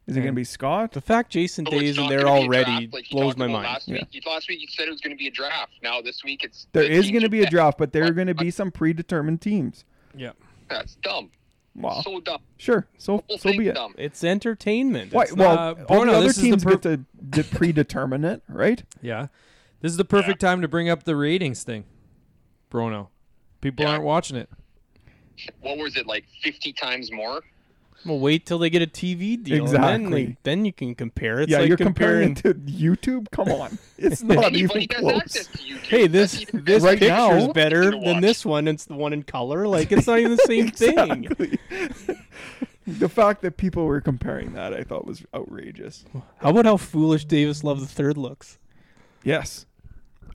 Is it going to be Scott?
The fact Jason
Oh, it's
Day isn't
not
there
gonna be a
already
draft like you
blows
talked
my
about
mind.
Last
Yeah.
week, you- last week you said it was going to be a draft. Now this week it's
There
the
is
teams
going to
are
be a
back.
draft, but there are going to be some predetermined teams.
Yeah.
That's dumb.
Wow.
So dumb.
Sure. So so
Whole thing's
be it.
dumb.
It's entertainment.
Why,
It's
well,
not- uh,
all
Bruno,
the other
this is the
teams
per-
get to d-
[laughs]
predetermine it, right?
Yeah. This is the perfect time to bring up the ratings thing, Bruno. People
Yeah.
aren't watching it.
What was it like? Fifty times more.
Well, wait till they get a TV deal. and then, they-
Exactly.
then you can compare. It's
yeah,
like
you're
comparing.
comparing, it to YouTube. Come
[laughs]
on, it's not even
Anybody has access
close.
to YouTube.
hey, this
That's even
this
Right
picture's
now-
better
To
than
watch.
this one. It's the one in color. Like it's not even the
[laughs]
[laughs]
same thing.
Exactly. the fact that people were comparing that, I thought was outrageous.
How about how foolish Davis Love the Third looks?
Yes.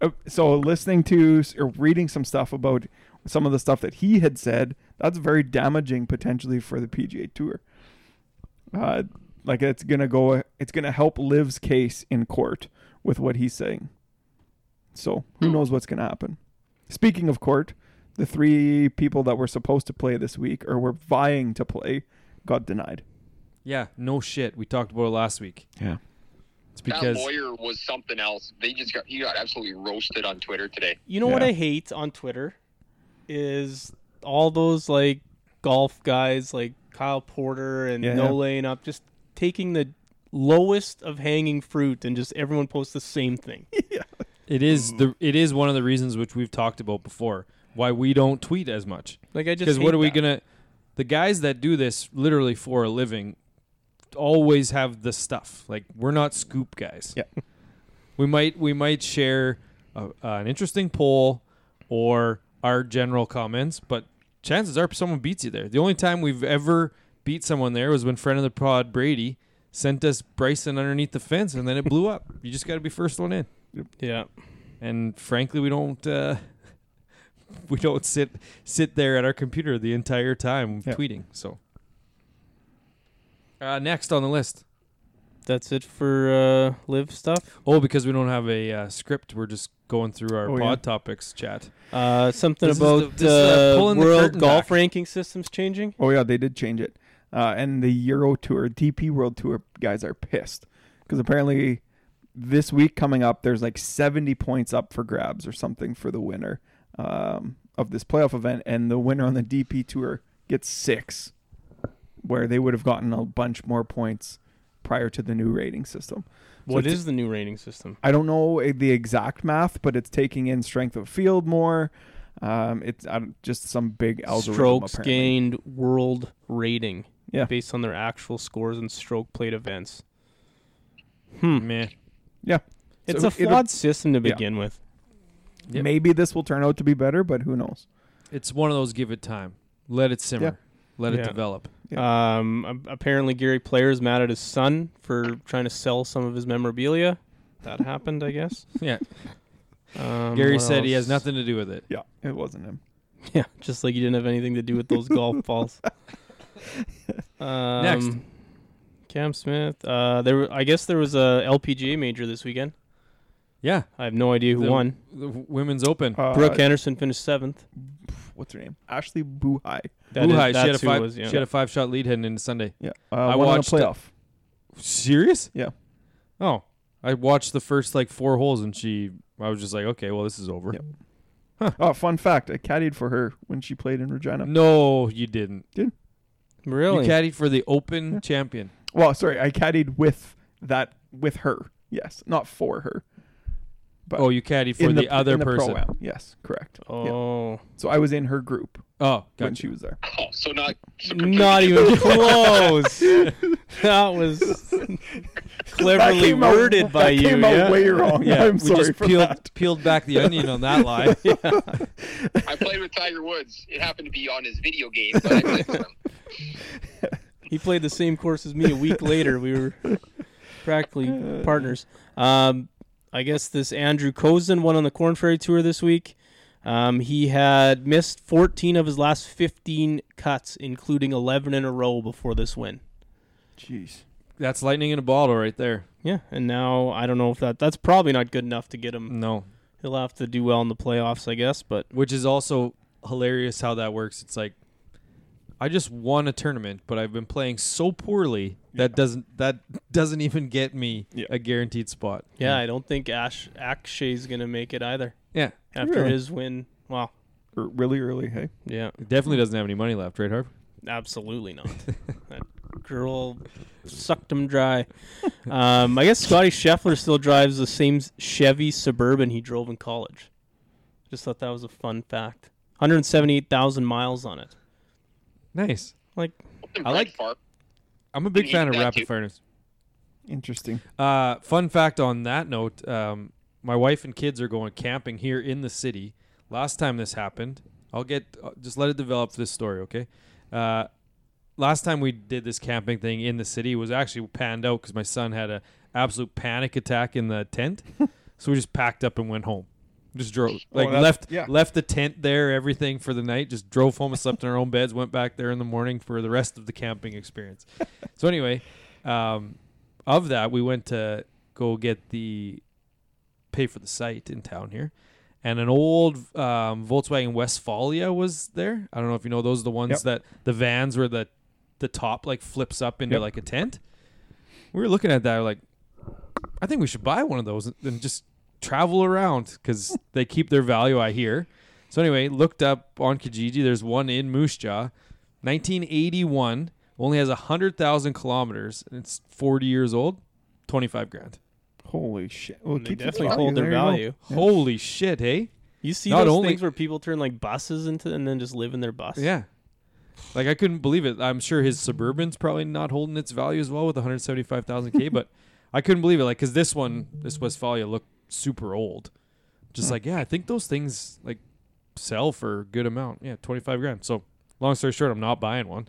Uh, So listening to s- or reading some stuff about some of the stuff that he had said, that's very damaging potentially for the PGA Tour. Uh, like it's gonna go, it's gonna help Liv's case in court with what he's saying. So who knows what's gonna happen? Speaking of court, the three people that were supposed to play this week or were vying to play got denied.
Yeah, no shit. We talked about it last week.
Yeah.
It's
that
because
lawyer was something else. They just got he got absolutely roasted on Twitter today.
You know what
Yeah.
I hate on Twitter is all those like golf guys like Kyle Porter and
Yeah,
No
yeah.
Lane up just taking the lowest of hanging fruit and just everyone posts the same thing.
[laughs] it is the it is one of the reasons which we've talked about before why we don't tweet as much.
Like I just
Because what
hate
are we
that.
gonna? The guys that do this literally for a living always have the stuff. Like we're not scoop guys.
Yeah.
we might we might share a, uh, an interesting poll or our general comments, but chances are someone beats you there. The only time we've ever beat someone there was when friend of the pod Brady sent us Bryson underneath the fence, and then it blew up. You just got to be first one in
Yeah.
and frankly we don't uh, [laughs] we don't sit sit there at our computer the entire time
Yeah.
tweeting so uh, next on the list
That's it for uh live stuff.
oh because we don't have a uh, script we're just going through our
Oh, yeah.
pod topics chat
Uh something
This is
about
the- this, uh,
uh,
pulling the
world
curtain
golf
back.
ranking systems changing?
Oh yeah, they did change it. Uh, and the Euro Tour, DP World Tour guys are pissed because apparently this week coming up, there's like 70 points up for grabs or something for the winner um, of this playoff event, and the winner on the DP Tour gets six, where they would have gotten a bunch more points prior to the new rating system. So
What
it's-
is the new rating system?
I don't know eh, the exact math, but it's taking in strength of field more. Um, it's I don't- just some big algorithm.
Strokes
apparently.
gained world rating.
Yeah.
Based on their actual scores and stroke plate events. Hmm.
meh
Yeah.
It's
Hmm. So
a
it'll-
flawed system to
yeah.
begin with.
Yep.
Maybe this will turn out to be better, but who knows?
it's one of those give it time let it simmer
Yeah.
let
Yeah.
it
[laughs]
develop
Um, a- apparently, Gary Player's mad at his son for trying to sell some of his memorabilia. That happened, I guess.
[laughs]
yeah
Um,
gary
what
said he
else?
has nothing to do with it
Yeah, it wasn't him.
[laughs] Yeah, just like you didn't have anything to do with those golf
[laughs]
balls. Um,
Next.
Cam Smith. Uh, there, wa- I guess there was a LPGA major this weekend.
yeah
I have no idea who
The-
won.
the women's open
Uh,
Brooke Anderson finished seventh.
what's her name? Ashley Buhai.
That is-
Buhai, she had a
that's who it
five
was, yeah.
she had a five shot lead heading into sunday
Yeah, uh,
I
won
watched it.
on a playoff.
serious
Yeah,
Oh, I watched the first like four holes, and she. I was just like, okay, well, this is over.
Yep. Oh, fun fact: I caddied for her when she played in
Mm.
Regina.
No, you didn't.
really?
You caddied for the Open champion.
Well, sorry, I caddied with that with her. Yes, not for her. But
Oh, you caddied for
in
the,
pr-
other
in the
person.
Pro-Am. Yes, correct. Yeah.
oh,
So I was in her group
Oh,
when
gotcha.
she was there.
Oh, so not so
[laughs]
not even close. that was
That
cleverly
came out-
worded by
that
you.
Came
yeah?
out way wrong. I'm
we
sorry
just
for
peeled
that.
peeled back the onion on that
[laughs]
lie.
I played with Tiger Woods. It happened to be on his video game, but I played with him.
He played the same course as me a week later. We were practically partners. Um, I guess this Andrew Cozen won on the Corn Ferry Tour this week. Um, he had missed 14 of his last 15 cuts, including 11 in a row before this win.
Jeez.
That's lightning in a bottle right there.
Yeah, and now I don't know if that that's probably not good enough to get him.
No,
He'll have to do well in the playoffs, I guess. But
which is also hilarious how that works. It's like I just won a tournament, but I've been playing so poorly that doesn't that doesn't even get me
Yeah.
a guaranteed spot.
Yeah, I don't think Ash Akshay's gonna make it either
Yeah.
after
Really?
his win. Wow.
R- Er, really early. Hey,
Yeah,
It definitely doesn't have any money left, right, Harp? [laughs]
absolutely not. that girl sucked him dry. Um, I guess Scotty Scheffler still drives the same Chevy Suburban he drove in college. Just thought that was a fun fact. 178,000 miles on it.
Nice.
Like,
I like-
far.
I'm a big
Eat
fan of
that,
rapid
you-
fires.
interesting.
Uh, fun fact on that note, um, my wife and kids are going camping here in the city. Last time this happened, I'll get uh, just let it develop this story, okay? Uh, last time we did this camping thing in the city was actually panned out because my son had a absolute panic attack in the
[laughs]
tent, so we just packed up and went home. Just drove like
Oh, that's-
left
yeah.
left the tent there, everything for the night. Just drove home and slept in our own beds. Went back there in the morning for the rest of the camping experience. so anyway, um, of that, we went to go get the pay for the site in town here. And an old um, Volkswagen Westfalia was there. I don't know if you know those are the ones
Yep.
that the vans where the the top like flips up into
Yep.
like a tent. We were looking at that like I think we should buy one of those and just travel around because
[laughs]
they keep their value. I hear. So anyway, looked up on Kijiji. There's one in Moose Jaw, 1981. Only has hundred thousand kilometers and it's 40 years old. 25 grand.
Holy shit! Well, it
they
keeps its
definitely hold their
There you go.
value.
Holy shit! Hey.
You see
Not
those
only-
things where people turn like buses into and then just live in their bus.
Yeah. Like I couldn't believe it. I'm sure his suburban's probably not holding its value as well with [laughs] 175,000k, but I couldn't believe it. Like because this one, this Westphalia looked super old. Just like yeah, I think those things like sell for a good amount. Yeah, 25 grand. So long story short, I'm not buying one.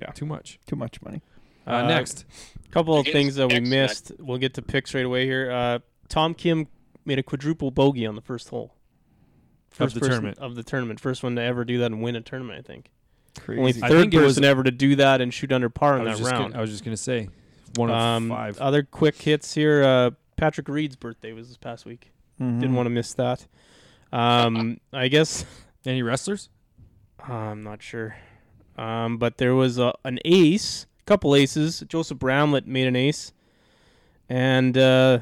Yeah.
too much.
Too much money.
Uh,
Uh,
next,
couple of
Against
things that we
X-Men.
missed. We'll get to picks right away here. Uh, Tom Kim made a quadruple bogey on the first hole. First
the
person-
tournament.
Of the tournament. First one to ever do that and win a tournament, I think.
Crazy.
Only
I
third
think it
person
was-
ever to do that and shoot under par
I
in
was,
that
just
round.
Gonna, I was just gonna say one of
Um,
five.
Other quick hits here. Uh, Patrick Reed's birthday was this past week.
Mm-hmm. Mm.
Didn't want to miss that. Um, I guess [sighs] uh,
Any wrestlers?
I'm not sure. Um, but there was a, an ace, a couple aces. Joseph Bramlett made an ace. And uh,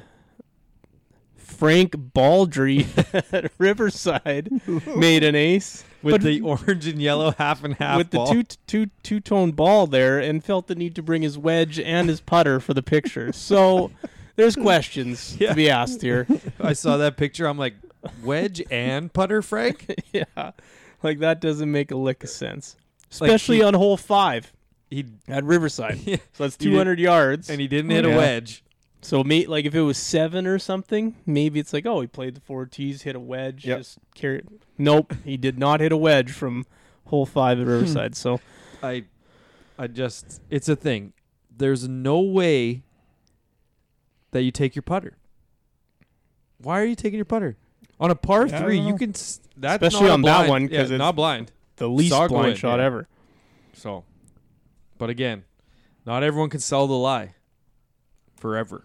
Frank Baldry [laughs] at Riverside made an ace
With [laughs]
But-
the orange and yellow half and half
with
ball.
the two two two tone ball there, and felt the need to bring his wedge and his putter for the
[laughs]
picture. So there's questions
Yeah.
to be
[laughs]
asked here.
[laughs] I saw that picture. I'm like wedge and putter, Frank. [laughs]
yeah, like that doesn't make a lick of sense,
Like,
especially
he-
on hole five
He
at Riverside.
[laughs]
[laughs]
Yeah.
So that's
He did-
200 yards.
and he didn't hit a
Yeah.
wedge.
so may, like if it was seven or something, maybe it's like, oh, he played the four tees, hit a wedge,
Yep.
just carry. Nope, he did not hit a wedge from
[laughs]
hole five at Riverside. so
I I just it's a thing. There's no way that you take your putter. Why are you taking your putter? On a par
Yeah, I
3,
don't
you
know.
can s- that's
Especially
not a
on that
blind.
one,
yeah,
'cause it's-
not blind.
the least
Saw go
blind
in,
shot
yeah.
ever.
So but again, not everyone can sell the lie forever.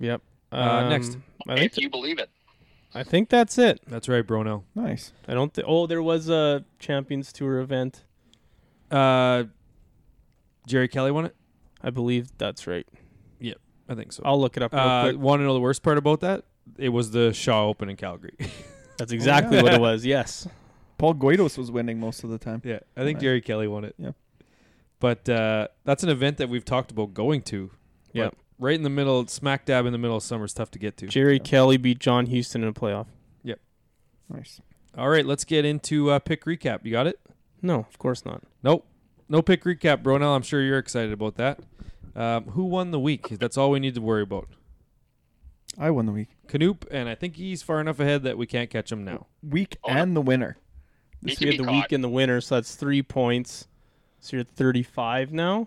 Yep.
Uh, next.
Um, I think
If you believe it.
I think that's it.
That's right, Brono.
Nice.
I don't. Th- oh, there was a Champions Tour event.
Uh Jerry Kelly won it?
I believe that's right.
I think so.
I'll look it up real
uh,
quick.
want to know the worst part about that? It was the Shaw Open in Calgary. [laughs]
That's
oh,
exactly
yeah.
what it was. Yes.
Paul Guidos was winning most of the time.
Yeah, I think
Right.
Jerry Kelly won it.
Yeah.
But uh, that's an event that we've talked about going to. but
Yep.
Right in the middle, smack dab in the middle of summer is tough to get to.
Jerry Kelly beat John Houston in a playoff.
Nice.
All right, let's get into uh, pick recap. You got it?
No, of course not.
Nope. No pick recap, Bronell. I'm sure you're excited about that. Um, who won the week? That's all we need to worry about.
I won the week,
Canoop, and I think he's far enough ahead that we can't catch him now.
week
Oh,
and the winner.
So
He
we
can
had
be
the
caught.
week and the winner, so that's three points. So you're at 35 now.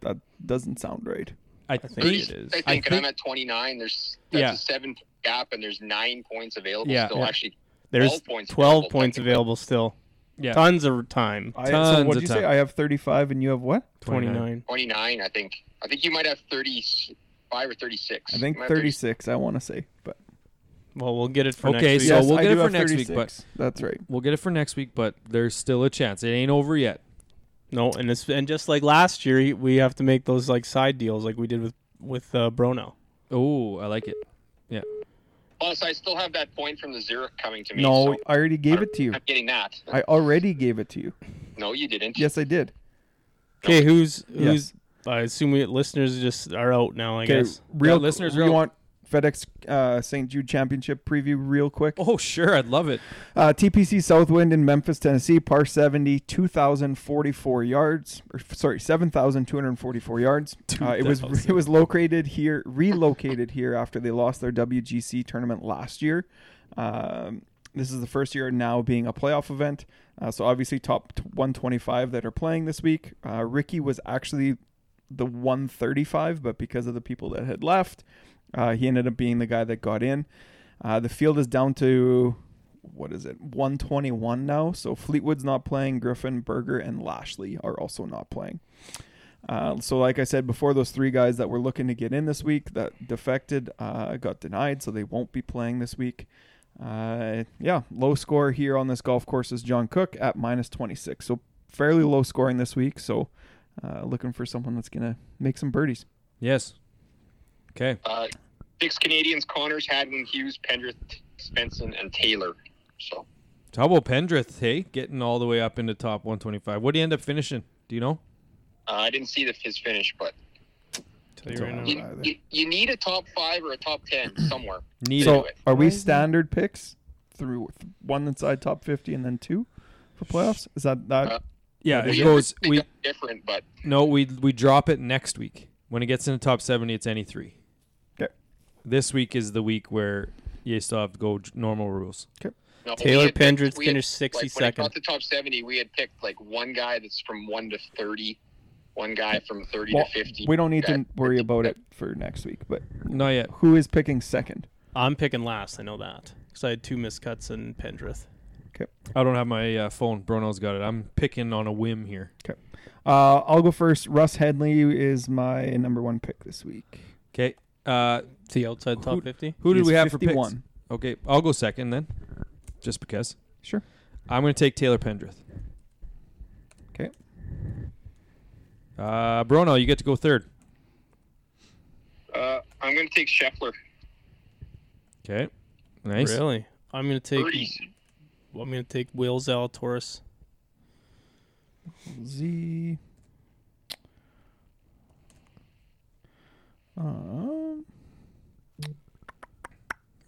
That doesn't sound right.
I
I
think.
think it is.
I think,
I
and I'm
think-
at 29. There's that's
Yeah.
a seven point gap, and there's nine points available.
Yeah.
still
Yeah.
actually
There's
12 points.
12
available,
points
technically.
available still.
Yeah.
Tons of time.
I, so
Tons
what
of
did you say?
time.
I have 35 and you have what?
29.
29.
29, I think. I think you might have 35 or 36.
I think
You might have
36. I want to say, but
Well, we'll get it for
Okay,
next week.
so-
yes,
we'll
I
get
do
it for
have
next week, but-
36. that's right.
We'll get it for next week, but there's still a chance. It ain't over yet.
No, and it's and just like last year, he- we have to make those like side deals, like we did with with uh, Brono.
Oh, I like it.
Plus, I still have that point from the Zurich coming to me.
No,
so
I already gave it to you.
I'm getting that.
I already gave it to you.
No, you didn't.
Yes, I did.
Okay, who's
Yes.
who's? I assume we, listeners just are out now. I
Okay,
guess.
real
Yeah, listeners,
We
real-
want FedEx uh, St. Jude Championship preview real quick.
Oh, sure, I'd love it.
Uh, TPC Southwind in Memphis, Tennessee, par 70, 2,044 yards. Or, f- sorry, 7,244 yards. Uh, it was [laughs]
2,000.
it was located here, relocated here after they lost their WGC tournament last year. Um, this is the first year now being a playoff event. Uh, so obviously, top t- 125 that are playing this week. Uh, Ricky was actually the 135, but because of the people that had left, uh, he ended up being the guy that got in. Uh, the field is down to what is it 121 now so fleetwood's not playing griffin berger and lashley are also not playing uh, so like i said before those three guys that were looking to get in this week that defected uh, got denied so they won't be playing this week uh, yeah low score here on this golf course is john cook at minus 26 so fairly low scoring this week so uh, looking for someone that's gonna make some birdies
Yes. Okay.
Uh, six Canadians: Connors, Hadwin, Hughes, Pendrith, Svensson, and Taylor. So
So how about Pendrith? Hey, getting all the way up into top 125. What do you end up finishing? Do you know?
uh, I didn't see the, his finish, but
Tell you
It's
right
all
now.
right.
you,
either.
you, you need a top five or a top ten somewhere.
Need
So-
it.
Are we
Why is that?
standard picks through th- one inside top fifty and then two for playoffs? Is that that?
Uh,
Yeah, it
We-
goes. We
different, but
no, we we drop it next week. When it gets into top 70, it's any three.
Okay.
This week is the week where you still have to go j- normal rules.
no, we
Taylor
had picked-
Pendrith
we had-
finished 60
like, when it
second.
got to top seventy, we had picked like one guy that's from one to thirty, one guy from thirty
well,
to fifty.
we don't need
Yeah.
to worry about it for next week. But
Not yet.
who is picking second?
I'm picking last. I know that because I had two miscuts in Pendrith.
I don't have my uh, phone. Bruno's got it. I'm picking on a whim here.
Okay, uh, I'll go first. Russ Headley is my number one pick this week.
Okay. Uh,
The outside
Who-
top 50.
who do
He's
we have for
51.
picks? Okay, I'll go second then, just because.
Sure.
I'm going to take Taylor Pendrith.
Okay.
Uh, Bruno, you get to go third.
Uh, I'm going to take Scheffler.
Okay. Nice.
Really? I'm gonna take.
Birdies.
I'm gonna take Will Zalatoris.
Z. Um,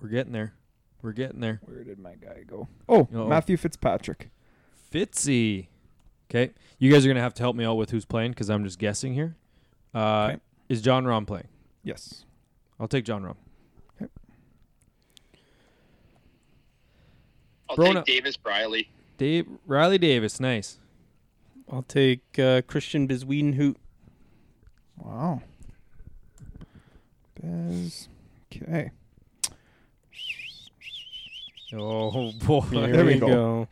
We're getting there. We're getting there.
where did my guy go? Oh,
Uh-oh.
Matthew Fitzpatrick.
Fitzy. Okay. You guys are going to have to help me out with who's playing because I'm just guessing here. Uh,
Okay.
Is John Rom playing?
Yes.
I'll take John Rom.
I'll
Brona-
take Davis Briley.
Dave Riley Davis. Nice.
I'll take uh, Christian [laughs] Biswedenhout.
Wow. Bez. Okay.
Oh [laughs] boy.
There we go.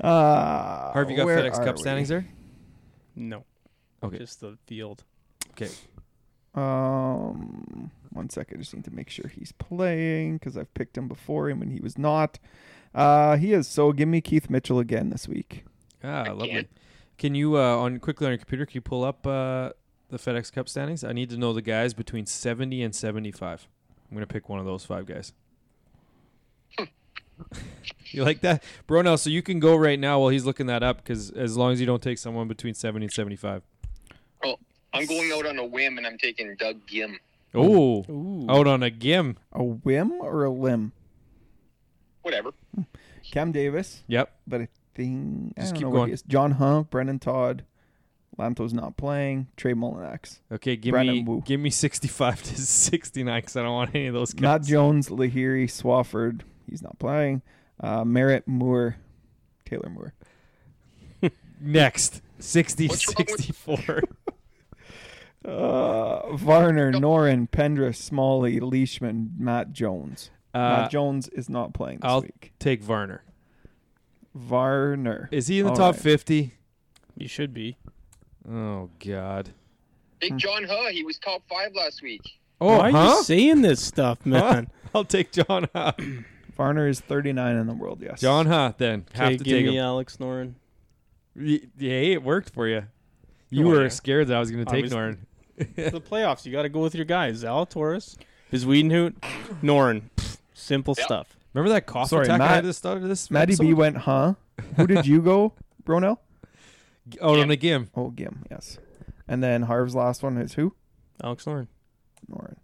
Uh,
Harvey, you got
where
FedEx
are
Cup
we?
standings there.
No.
Okay.
Just the field.
Okay.
Um, one second. I just need to make sure he's playing because I've picked him before him when he was not. Uh, he is. So give me Keith Mitchell again this week.
Ah,
I
lovely.
can't.
Can you uh, on quickly on your computer? Can you pull up uh, the FedEx Cup standings? I need to know the guys between seventy and seventy-five. I'm gonna pick one of those five guys. [laughs] you like that, Bronell? So you can go right now while he's looking that up, because as long as you don't take someone between seventy and seventy-five.
I'm going out on a whim, and I'm taking Doug Gim.
Oh,
Ooh.
out on a gim.
A whim or a limb?
Whatever.
Cam Davis,
Yep.
but I think I
Just
don't
keep
know what
going.
he is. John Hunt, Brendan Todd, Lamto's not playing. Trey Mullinax,
Okay. Give
Brandon
me
Wu.
give me sixty-five to sixty-nine, because I don't want any of those guys.
Matt Jones, Lahiri, Swafford. He's not playing. Uh, Merritt Moore, Taylor Moore.
Next, 60,
What's wrong
[laughs]
with-
64.
Uh, Varner, Norin, Pendra, Smalley, Leishman, Matt Jones.
Uh,
Matt Jones is not playing this
I'll-
week.
take Varner.
Varner.
Is he in the
All
top
right.
50?
You should be.
Oh, God.
Take
Hmm.
John Huh. He was top five last week.
Oh,
Why are
huh?
you saying this stuff, man?
I'll take John Ha.
Varner is 39 in the world, yes.
John Ha, then. Have
Okay,
to
give
take
me [laughs]
him.
Alex Noren.
Y- Hey, it worked for you. You
Oh,
were
yeah.
scared that I was going to take
Obviously.
Norn.
the playoffs. You got to go with your guys. Zalatoris, is Wiedenhout, Norn. Pfft, Simple
Yeah.
stuff.
Remember that cough
Sorry,
attack I
Matt-
had at the start of this?
Maddie B
episode?
went, huh?
[laughs]
Who did you go, Bronell?
out
Yeah.
on a game.
Oh, Gim, yes. And then Harv's last one is who?
Alex Norn.
Norin.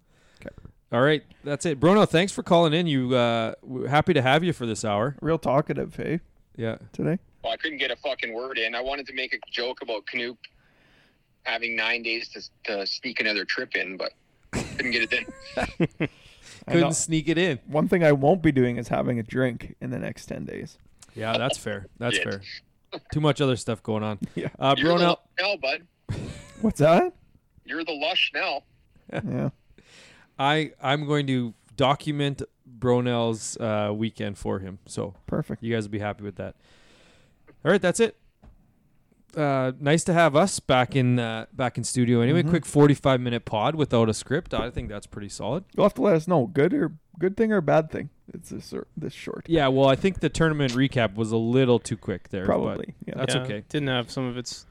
All right, that's it. Bruno, thanks for calling in. You uh, we're happy to have you for this hour.
Real talkative, hey,
Yeah.
today.
Well, I couldn't get a fucking word in. I wanted to make a joke about Knoop having nine days to, to sneak another trip in, but couldn't get it
[laughs]
in.
And, uh,
Couldn't sneak it in.
One thing I won't be doing is having a drink in the next 10 days.
Yeah, that's fair. That's
Yeah.
fair. Too much other stuff going [laughs] on.
Yeah.
Uh,
You're the
Bruno,
lush now, bud.
What's that?
You're the lush now.
Yeah.
I I'm going to document Bronell's uh, weekend for him. So
Perfect.
you guys will be happy with that. All right, that's it. Uh, nice to have us back in uh, back in studio. Anyway,
Mm-hmm.
quick forty five minute pod without a script. I think that's pretty solid.
You'll have to let us know. Good or good thing or bad thing. It's this or- this short.
Yeah, well, I think the tournament recap was a little too quick there. but
Probably. Yeah.
That's
Yeah,
okay.
Didn't have some of its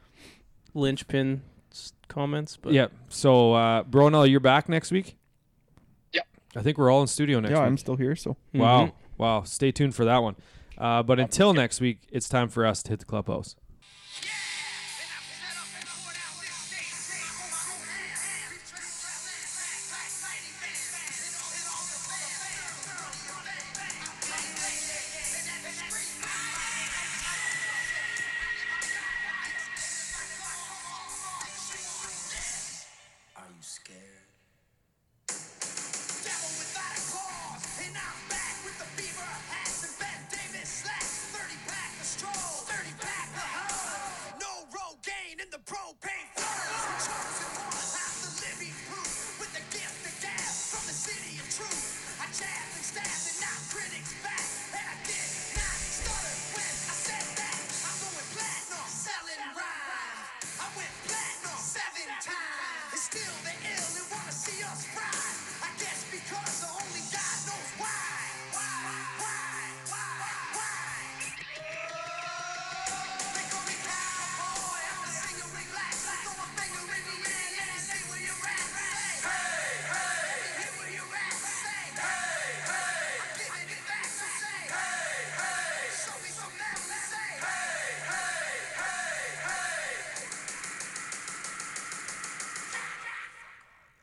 linchpin s- comments, but
yeah. So, uh, Bronell, you're back next week.
Yep.
I think we're all in studio next
yeah,
week.
I'm mm-hmm. still here, so
Mhm.
Wow. Wow. Stay tuned for that one. Uh, but until next week, it's time for us to hit the clubhouse.
Are you scared?
Devil without a cause, and I'm back with the beaver hats and Ben Davis slacks. Thirty pack of stroll, thirty pack of hoe. No Rogaine in the propane flow. Chosen one, I'm the living proof with the gift of gab from the city of truth. I jab and stab and knock critics